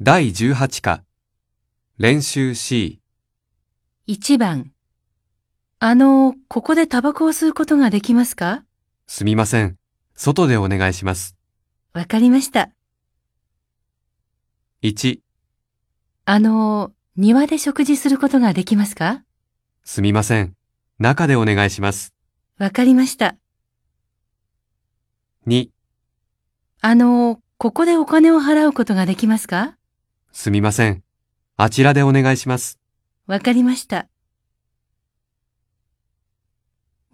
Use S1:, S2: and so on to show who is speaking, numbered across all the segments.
S1: 第18課、練習 C、
S2: 1番。あの、ここでタバコを吸うことができますか
S1: すみません。外でお願いします。
S2: わかりました。
S1: 1、
S2: あの、庭で食事することができますか
S1: すみません。中でお願いします。
S2: わかりました。
S1: 2、
S2: あの、ここでお金を払うことができますか
S1: すみません。あちらでお願いします。
S2: わかりました。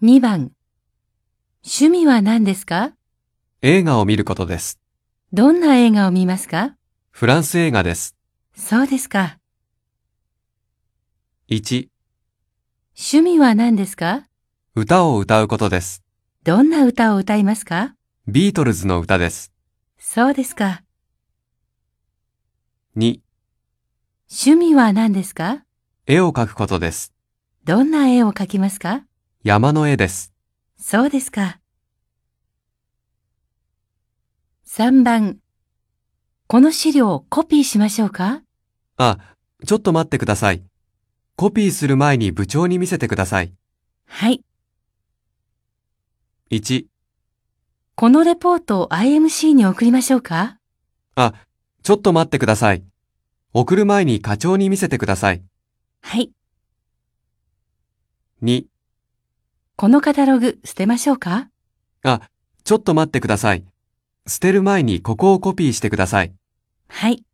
S2: 2番。趣味は何ですか
S1: 映画を見ることです。
S2: どんな映画を見ますか
S1: フランス映画です。
S2: そうですか。
S1: 1、
S2: 趣味は何ですか
S1: 歌を歌うことです。
S2: どんな歌を歌いますか
S1: ビートルズの歌です。
S2: そうですか。
S1: 2、
S2: 趣味は何ですか
S1: 絵を描くことです。
S2: どんな絵を描きますか
S1: 山の絵です。
S2: そうですか。3番。この資料をコピーしましょうか
S1: あ、ちょっと待ってください。コピーする前に部長に見せてください。
S2: はい。
S1: 1、
S2: このレポートを IMC に送りましょうか
S1: あ、ちょっと待ってください。送る前に課長に見せてください。
S2: はい。
S1: 2、
S2: このカタログ捨てましょうか
S1: あ、ちょっと待ってください。捨てる前にここをコピーしてください。
S2: はい。